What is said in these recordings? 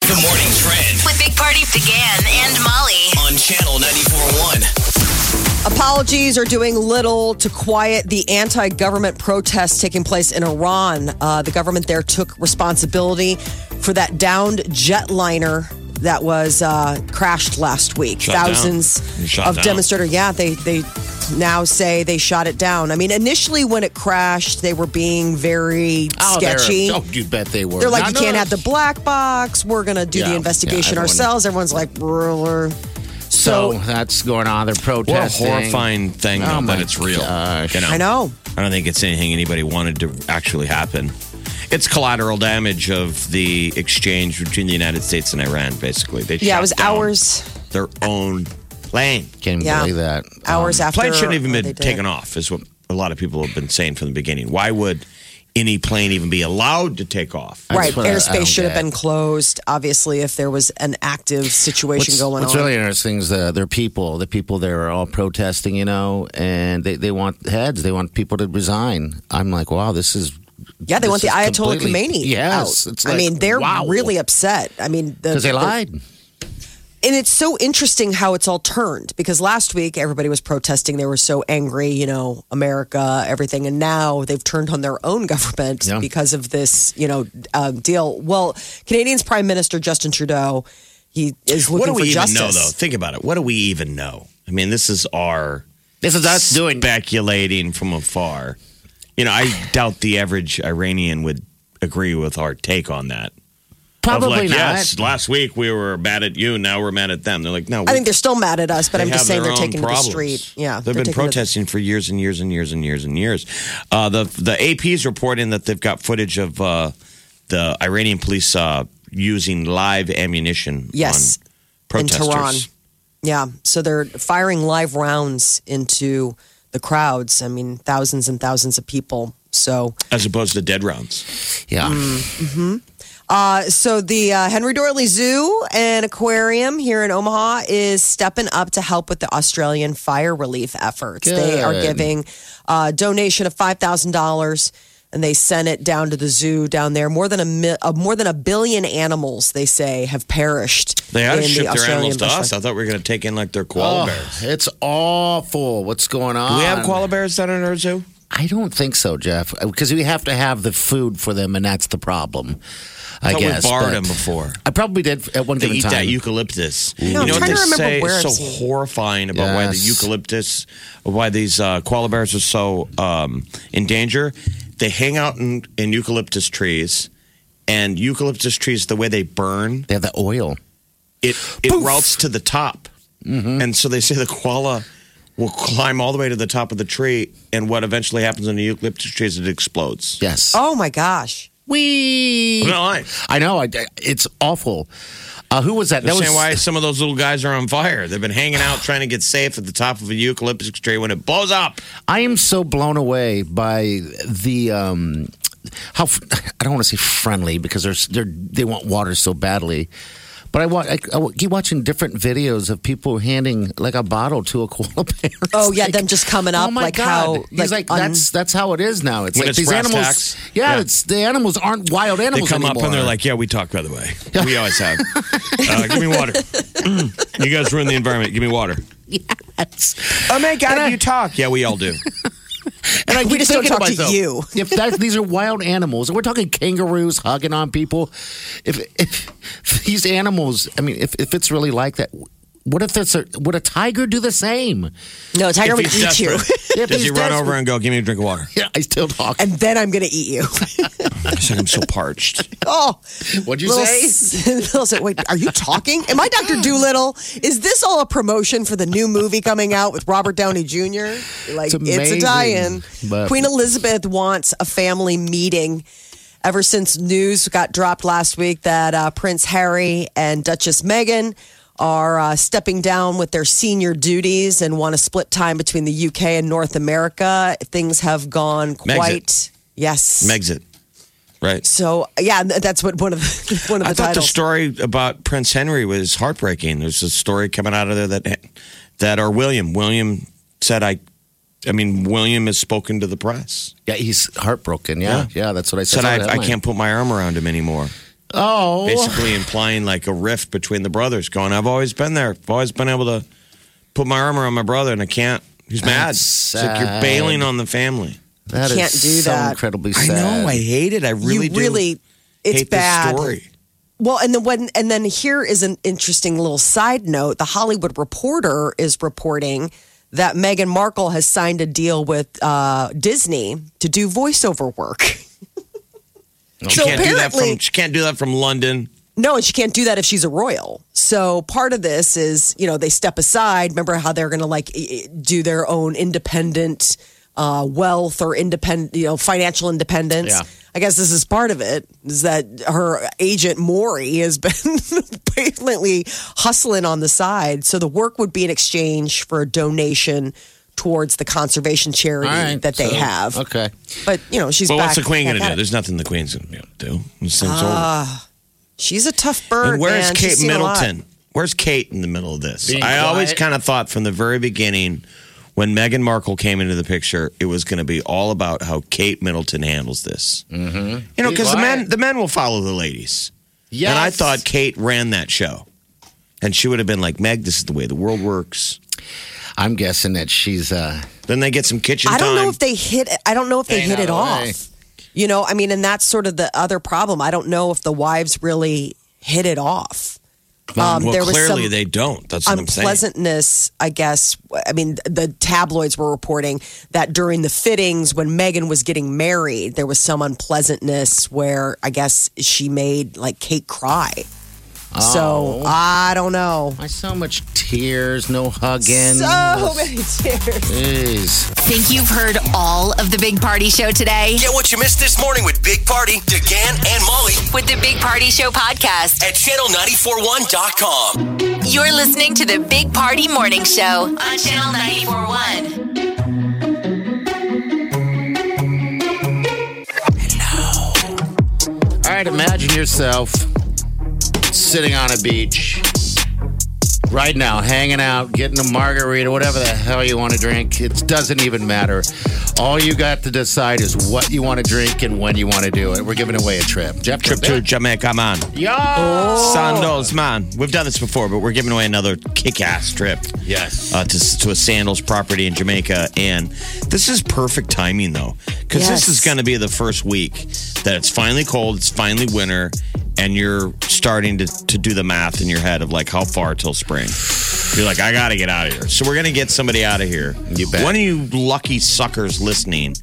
The morning trend With Big Party began and Molly. on channel 941. Apologies are doing little to quiet the anti government protests taking place in Iran. Uh, the government there took responsibility for that downed jetliner that was uh, crashed last week. Shot down. Thousands Shot of down. demonstrators. Yeah, they, they now say they shot it down. I mean, initially when it crashed, they were being very they're- sketchy. Oh, you bet they were. They're like, Not you can't us. have the black box. We're going to do Yeah, the yeah, investigation everyone- ourselves. Everyone's like, ruler. So that's going on. They're What a protesting. horrifying thing, Oh though, my that it's real. gosh. You know? I know. I don't think it's anything anybody wanted to actually happen. It's collateral damage of the exchange between the United States and Iran, basically. They Yeah, shot it was down hours. Their own plane. Can't Yeah. believe that. Um, hours after. plane shouldn't even uh, been they did taken it. off, is what a lot of people have been saying from the beginning. Why would any plane even be allowed to take off? Right, That's what I- I airspace don't should have get. been closed. Obviously, if there was an active situation What's, going what's on. really interesting is the, their people. The people there are all protesting, you know, and they, they want heads. They want people to resign. I'm like, wow, this is yeah, they want the this is Ayatollah Khomeini. completely- Yes, out. it's I like, mean, they're wow. really upset. I mean, because because they lied. and it's so interesting how it's all turned because last week everybody was protesting they were so angry you know america everything and now they've turned on their own government Yeah. because of this you know um, deal well canadians prime minister justin trudeau he is looking What do we for even justice know, though? Think about it. What do we even know? I mean, this is our This is us doing. speculating from afar. You know, I doubt the average Iranian would agree with our take on that. Of Probably like, not. Yes, last week we were mad at you, now we're mad at them. They're like, no, I think they're still mad at us, but I'm just saying they're taking problems. to the street. Yeah, they've they're taking been to the- protesting for years and years and years and years and years. Uh, the the AP's reporting that they've got footage of uh, the Iranian police uh, using live ammunition. Yes, on in protesters. Tehran. Yeah, so they're firing live rounds into the crowds. I mean, thousands and thousands of people. So, as opposed to dead rounds. yeah. Mm. uh, so the uh, Henry Dorley Zoo and Aquarium here in Omaha is stepping up to help with the Australian fire relief efforts. They are Good. giving a donation of five thousand dollars, and they sent it down to the zoo down there. More than a mi- uh, more than a billion animals, they say, have perished. They ought in to the ship their Australian animals to bushfire. us. I thought we were going to take in like their koala Oh, bears. it's awful. What's going on? Do we Um, have koala bears down in our zoo? I don't think so, Jeff, because we have to have the food for them, and that's the problem. I But we guess borrowed but- them before. I probably did at one They given eat time. that eucalyptus. I'm you know what trying they to remember say? where It's so I've seen it. horrifying about why the Yes. eucalyptus, why these uh, koala bears are so um, in danger. They hang out in, in eucalyptus trees, and eucalyptus trees, the way they burn, they have the oil. it it routes to the top, and so they say the koala will climb all the way to the top of the tree, and what eventually happens in the eucalyptus tree is it explodes. Yes. Oh my gosh. we. I'm not lying. I know. I, I- it's awful. Uh, who was that? They're that was saying why some of those little guys are on fire. They've been hanging out trying to get safe at the top of a eucalyptus tree when it blows up. I am so blown away by the um, how f- I don't want to say friendly because they're, s- they're they want water so badly. But I, wa- I, I wa- keep watching different videos of people handing like a bottle to a koala bear. It's Oh, yeah, like, them just coming up, Oh my like God. how, He's like like, un- that's that's how it is now. It's When like it's these brass animals. tacks. Yeah, Yeah. it's the animals aren't wild They animals come anymore. up and they're like, "Yeah, we talk." By the way, we always have. Uh, give me water. you guys ruin the environment. Give me water. Oh my god, You talk. Yeah, we all do. And I We keep just don't thinking talk to to myself, you. If that, these are wild animals, and we're talking kangaroos hugging on people, if, if these animals, I mean, if, if it's really like that, what if there's a, would a tiger do the same? No, tiger If would he's eat you. desperate, If Does he he's run over desperate- and go, "Give me a drink of water"? Yeah, I still talk. And then I'm gonna eat you. I said, "I'm so parched." Oh, What'd you little, say? s- little s- wait, are you talking? Am I Doctor Doolittle? Is this all a promotion for the new movie coming out with Robert Downey Jr.? Like It's it's, a amazing. die-in. But- Queen Elizabeth wants a family meeting ever since news got dropped last week that uh, Prince Harry and Duchess Meghan are uh, stepping down with their senior duties and want to split time between the UK and North America. Things have gone Megxit. quite yes. Megxit. Right. so yeah, th- that's what one of the, one of the I thought the titles. story about Prince Henry was heartbreaking. There's a story coming out of there that that or William. William said I I mean William has spoken to the press. Yeah, he's heartbroken. Yeah, yeah, that's what I said. Said I, Saw the I headline. can't put my arm around him anymore. Oh, Basically implying like a rift between the brothers going, I've always been there. I've always been able to put my arm around my brother and I can't. He's mad. That's It's like you're sad. bailing on the family. that is can't do so that. incredibly sad. I know. I hate it. I really you do. really, it's hate bad. This story. Well, and then when, and then here is an interesting little side note. The Hollywood Reporter is reporting that Meghan Markle has signed a deal with uh, Disney to do voiceover work. She So can't do that apparently- from. She can't do that from London. No, and she can't do that if she's a royal. So part of this is, you know, they step aside. Remember how they're going to like i- i- do their own independent uh, wealth or independent, you know, financial independence. Yeah. I guess this is part of it is that her agent Maury has been blatantly hustling on the side. So the work would be in exchange for a donation towards the conservation charity All right, that they so- have. Okay. But you know, she's But what's the back- queen going to back do? at it. There's nothing the queen's going to do. This thing's She's a tough over. bird. And where's man. She's Kate seen a lot. Middleton? Where's Kate in the middle of this? Being I always quiet. kind of thought from the very beginning when Meghan Markle came into the picture, it was going to be all about how Kate Middleton handles this. Mm-hmm. You know, Be because the men quiet. the men will follow the ladies. Yes. And I thought Kate ran that show, and she would have been like, "Meg, this is the way the world works." I'm guessing that she's. uh Then they get some kitchen I don't time. know if they hit. I don't know if they Ain't hit it no way. off. You know, I mean, and that's sort of the other problem. I don't know if the wives really hit it off. Um, well, there was clearly some they don't. That's what I'm saying. unpleasantness, I guess. I mean, the tabloids were reporting that during the fittings, when Megan was getting married, there was some unpleasantness where I guess she made like Kate cry. Oh. So I don't know. Why so much tears? No hugging. So many tears. Jeez. Think you've heard all of the Big Party Show today? Get what you missed this morning with Big Party, DeGan, and Molly With the Big Party Show podcast, at channel941.com. you're listening to the Big Party Morning Show on Channel 941. All right, imagine yourself sitting on a beach right now, hanging out, getting a margarita, whatever the hell you want to drink. It doesn't even matter. All you got to decide is what you want to drink and when you want to do it. We're giving away a trip. Jeff, Trip to Oh. Jamaica, man. Yeah. Sandals, man. We've done this before, but we're giving away another kick-ass trip. Yes. Uh, to, to a Sandals property in Jamaica, and this is perfect timing though, because this Yes. is going to be the first week that it's finally cold, it's finally winter, and you're starting to to do the math in your head of like how far till spring. You're like, I got to get out of here. So we're going to get somebody out of here. You bet. One of you lucky suckers listening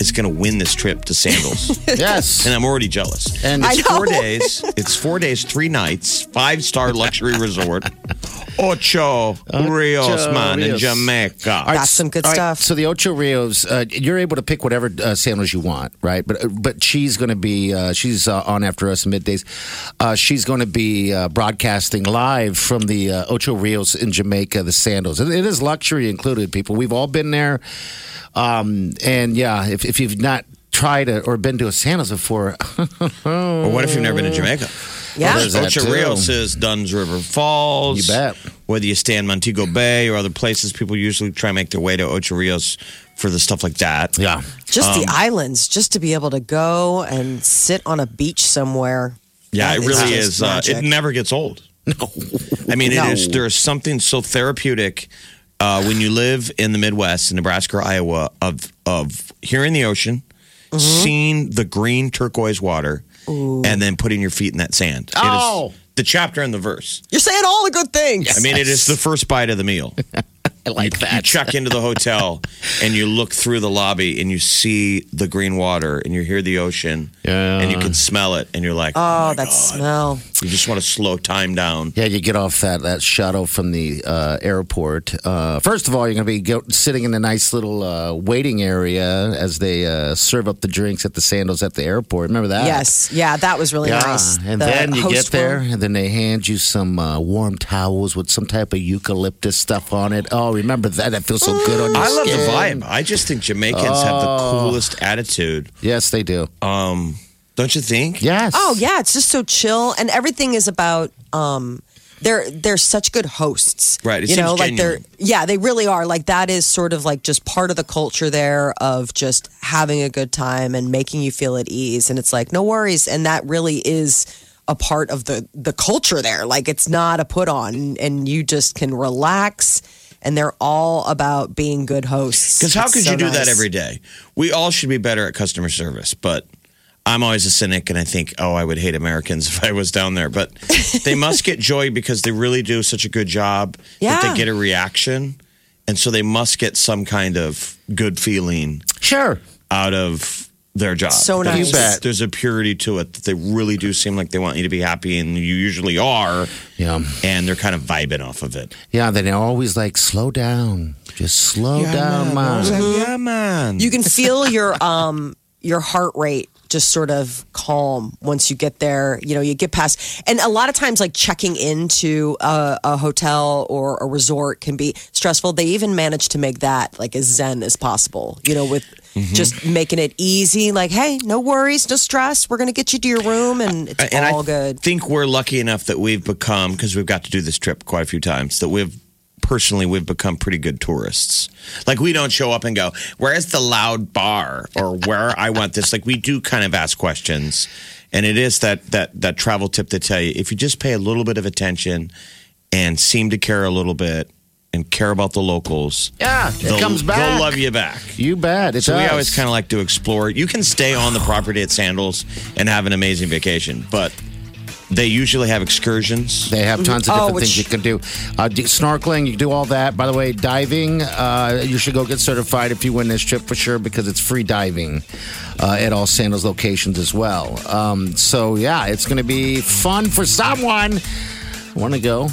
is going to win this trip to Sandals. Yes. and I'm already jealous. And it's I know. four days. It's four days, three nights, five star luxury resort. Ocho Rios, man, in Rios. Jamaica. All right, That's some good all stuff. so the ocho rios, uh, you're able to pick whatever uh, sandwich you want, right? But uh, but she's going to be uh, she's uh, on after us middays. Uh, she's going to be uh, broadcasting live from the uh, ocho rios in Jamaica, the sandals. It- it is luxury included, people. We've all been there, um, and yeah, if, if you've not tried it or been to a sandals before, Or what if you've never been to Jamaica? Yeah. there's that Ocho too. Rios is Duns River Falls. You bet. Whether you stay in Montego Bay or other places, people usually try and make their way to Ocho Rios for the stuff like that. yeah, Just the Um, islands, just to be able to go and sit on a beach somewhere. Yeah, That it really just is. Uh, it magic. never gets old. No, I mean it is. No. There is something so therapeutic uh, when you live in the Midwest, in Nebraska or Iowa, of of hearing the ocean, Mm-hmm. seeing the green turquoise water, and then putting your feet in that sand. It is Oh. the chapter and the verse. You're saying all the good things. I mean, it is the first bite of the meal. I like You that. check into the hotel and you look through the lobby and you see the green water and you hear the ocean Yeah. and you can smell it and you're like, Oh, my that God." smell. You just want to slow time down. Yeah, you get off that, that shuttle from the uh, airport. Uh, first of all, you're going to be go- sitting in a nice little uh, waiting area as they uh, serve up the drinks at the sandals at the airport. Remember that? Yes. Yeah, that was really Uh, Yeah, nice. and The then you get host room. there, and then they hand you some uh, warm towels with some type of eucalyptus stuff on it. Oh, remember that? That feels so good on your I love the skin. vibe. I just think Jamaicans have the Oh. coolest attitude. Yes, they do. Um, don't you think? yes. Oh yeah, it's just so chill, and everything is about. um they're they're such good hosts, Right, it you know, seems like they're yeah, they really are. Like that is sort of like just part of the culture there of just having a good time and making you feel at ease. And it's like no worries, and that really is a part of the the culture there. Like it's not a put on, and you just can relax. And they're all about being good hosts. Because how It's could so you do that nice. every day? We all should be better at customer service, but I'm always a cynic and I think, oh, I would hate Americans if I was down there. But they must get joy because they really do such a good job that Yeah. they get a reaction. And so they must get some kind of good feeling sure. out of their job. So That nice. it's- You bet. There's a purity to it that they really do seem like they want you to be happy, and you usually are. Yeah. And they're kind of vibing off of it. Yeah, then they're always like, slow down. Just slow down, man. Yeah, man. Mm-hmm. you can feel your um your heart rate just sort of calm once you get there you know you get past and a lot of times like checking into a, a hotel or a resort can be stressful they even manage to make that like as zen as possible you know with Mm-hmm. just making it easy like hey no worries no stress we're gonna get you to your room and it's Uh, and all I good think we're lucky enough that we've become because we've got to do this trip quite a few times that we've personally we've become pretty good tourists. Like we don't show up and go, "Where's the loud bar?" or "Where I want this." Like we do kind of ask questions, and it is that that that travel tip to tell you if you just pay a little bit of attention and seem to care a little bit and care about the locals. Yeah, they'll- it comes back. They'll love you back. You bet. It So we does. always kind of like to explore. You can stay on the property at Sandals and have an amazing vacation, but they usually have excursions. They have tons of Oh, different which- things you can do. Uh, do- Snorkeling, you can do all that. By the way, diving, uh, you should go get certified if you win this trip for sure because it's free diving uh, at all Sandals locations as well. Um, so, yeah, it's going to be fun for someone. Want to go?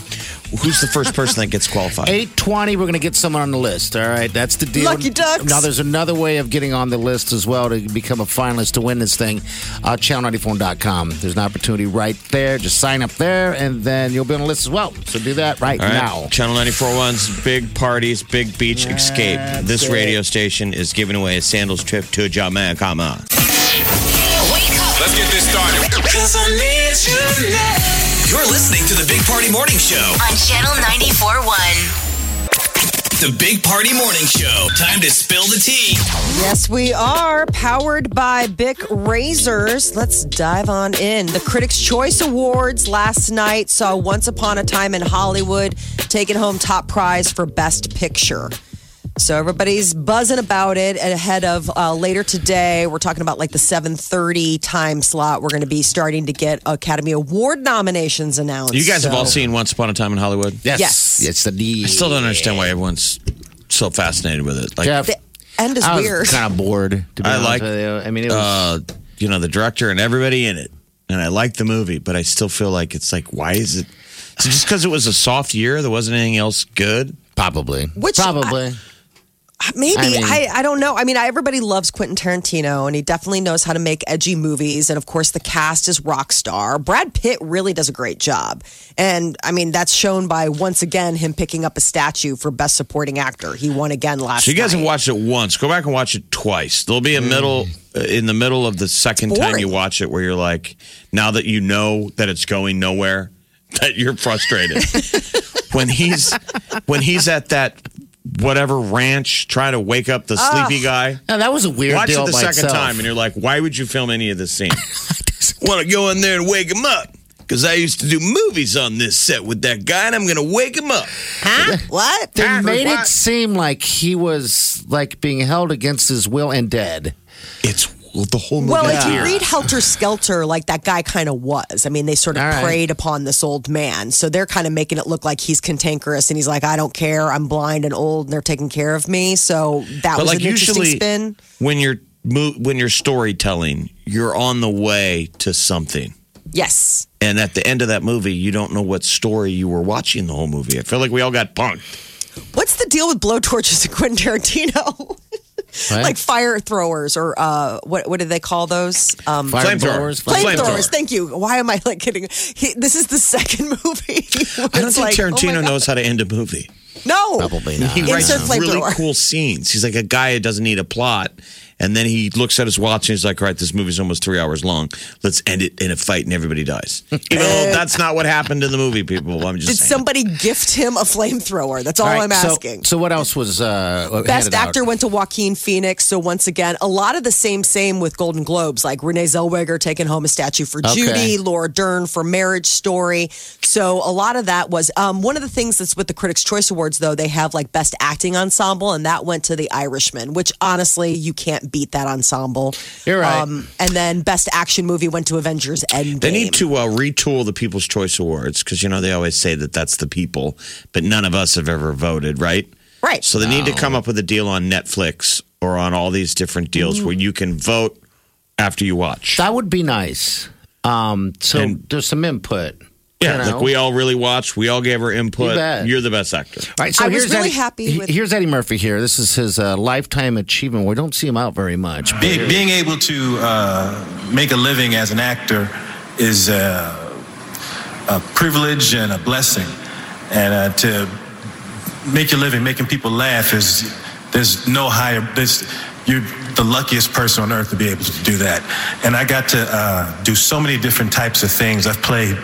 Who's the first person that gets qualified? 820, we're going to get someone on the list. All right, that's the deal. Lucky ducks. Now, there's another way of getting on the list as well to become a finalist to win this thing. Uh, Channel94.com. There's an opportunity right there. Just sign up there, and then you'll be on the list as well. So do that right, All right. now. Channel 941's Big Parties, Big Beach Escape. This radio station is giving away a Sandals trip to Jamaica. Wake up. Let's get this started. You're listening to the Big Party Morning Show. On Channel 94.1. The Big Party Morning Show. Time to spill the tea. Yes, we are powered by Bic Razors. Let's dive on in. The Critics' Choice Awards last night saw Once Upon a Time in Hollywood taking home top prize for Best Picture. So everybody's buzzing about it and ahead of uh, later today. We're talking about like the 7:30 time slot. We're going to be starting to get Academy Award nominations announced. You guys have So- all seen Once Upon a Time in Hollywood? Yes. Yes. It's the D. I still don't understand why everyone's so fascinated with it. Like, Jeff, The end is I was weird. kind of bored, to be I honest like- with you. I mean, it was. uh, you know, the director and everybody in it. And I like the movie, but I still feel like it's like, why is it? Is it just because it was a soft year? There wasn't anything else good? Probably. Which I- Probably. Maybe I, I mean- I don't know. I mean, I, everybody loves Quentin Tarantino, and he definitely knows how to make edgy movies. And of course, the cast is rock star. Brad Pitt really does a great job, and I mean that's shown by once again him picking up a statue for best supporting actor. He won again last. So you guys night. have watched it once. Go back and watch it twice. There'll be a middle uh, in the middle of the second It's time boring. you watch it where you're like, now that you know that it's going nowhere, that you're frustrated. when he's when he's at that whatever ranch trying to wake up the sleepy guy. Now, that was a weird Watch deal it the by second itself. time, and you're like, why would you film any of this scene? Want to go in there and wake him up? Because I used to do movies on this set with that guy, and I'm going to wake him up. Huh? What? They made What? it seem like he was like being held against his will and dead. It's the whole movie. Well, if Yeah. you read Helter Skelter, like that guy kind of was. I mean, they sort of All right. preyed upon this old man. So they're kind of making it look like he's cantankerous and he's like, I don't care. I'm blind and old and they're taking care of me. So that was but like an interesting usually spin. when you're mo- when you're storytelling, you're on the way to something. Yes. And at the end of that movie, you don't know what story you were watching the whole movie. I feel like we all got punked. What's the deal with blowtorches at Quentin Tarantino? Eh? Right? like fire throwers or uh, what, what do they call those? Um, Fire Flamethrower. blowers, Flamethrower. fire- Flamethrowers. Thank you. Why am I like kidding? He, this is the second movie. I don't think oh Tarantino knows how to end a movie. No. Probably not. He writes Insert really flamethrower. cool scenes. He's like a guy who doesn't need a plot. And then he looks at his watch and he's like, all right, this movie's almost three hours long. Let's end it in a fight and everybody dies. Even though that's not what happened in the movie, people. I'm just Did saying. somebody gift him a flamethrower? That's all, All right, I'm so- asking. So, what else was uh, Best handed out? actor went to Joaquin Phoenix. So once again, a lot of the same same with Golden Globes, like Renee Zellweger taking home a statue for Okay. Judy, Laura Dern for Marriage Story. So a lot of that was um, one of the things that's with the Critics' Choice Awards, though they have like Best Acting Ensemble, and that went to The Irishman, which honestly you can't beat that ensemble. Um, You're right. and then Best Action Movie went to Avengers Endgame. They need to uh, retool the People's Choice Awards because you know they always say that that's the people, but none of us have ever voted, right? Right. So they need to come up with a deal on Netflix or on all these different deals Mm. where you can vote after you watch. That would be nice. Um, so And- there's some input. yeah, you know? like we all really watched. We all gave our input. You bet. You're the best actor. All right, so I was here's really Eddie, happy he- with- here's Eddie Murphy here. This is his uh, lifetime achievement. We don't see him out very much. but Being, being able to uh, make a living as an actor is uh, a privilege and a blessing. And uh, to make your living making people laugh is there's no higher. This you're the luckiest person on earth to be able to do that. And I got to uh, do so many different types of things. I've played.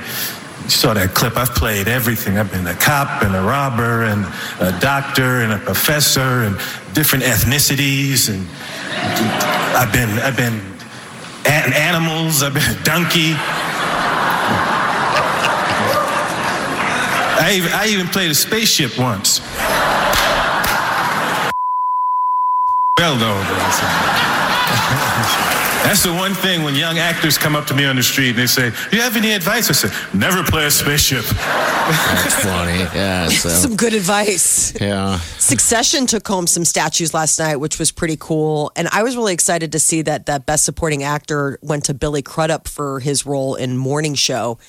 You saw that clip. I've played everything. I've been a cop and a robber and a doctor and a professor and different ethnicities and I've been I've been an- animals. I've been a donkey. I even, I even played a spaceship once. Well, though. that's- That's the one thing when young actors come up to me on the street and they say, "Do you have any advice?" I say, "Never play a spaceship." That's funny. Yeah. So, some good advice. yeah. Succession took home some statues last night, which was pretty cool. And I was really excited to see that that Best Supporting Actor went to Billy Crudup for his role in Morning Show.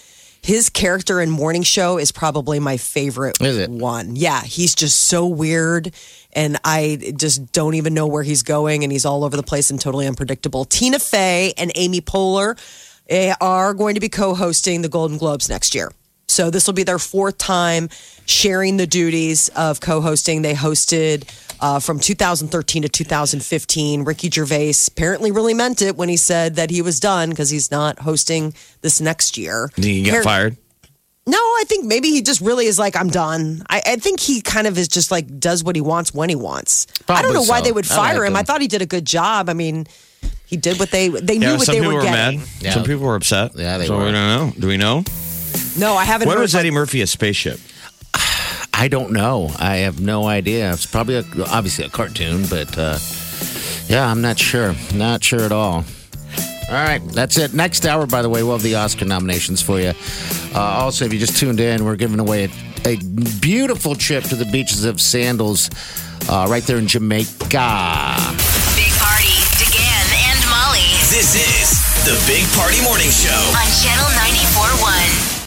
His character in Morning Show is probably my favorite Is it? one. Yeah, he's just so weird. And I just don't even know where he's going. And he's all over the place and totally unpredictable. Tina Fey and Amy Poehler eh, are going to be co hosting the Golden Globes next year. So this will be their fourth time sharing the duties of co-hosting. They hosted uh, from 2013 to 2015. Ricky Gervais apparently really meant it when he said that he was done because he's not hosting this next year. Did you get Har- fired? No, I think maybe he just really is like, I'm done. I, I think he kind of is just like does what he wants when he wants. I don't Probably know why so. they would I like fire him. him. I thought he did a good job. I mean, he did what they they Yeah, knew what some they people were, were, mad. getting. Yeah. Some people were upset. Yeah, they so were. we don't know. Do we know? No, I haven't. When heard was Eddie Murphy a spaceship? I don't know. I have no idea. It's probably a, obviously a cartoon, but uh, yeah, I'm not sure. Not sure at all. All right, that's it. Next hour, by the way, we'll have the Oscar nominations for you. Uh, also, if you just tuned in, we're giving away a, a beautiful trip to the beaches of Sandals uh, right there in Jamaica. Big Party, DeGan and Molly This is the Big Party Morning Show. on Channel 94.1.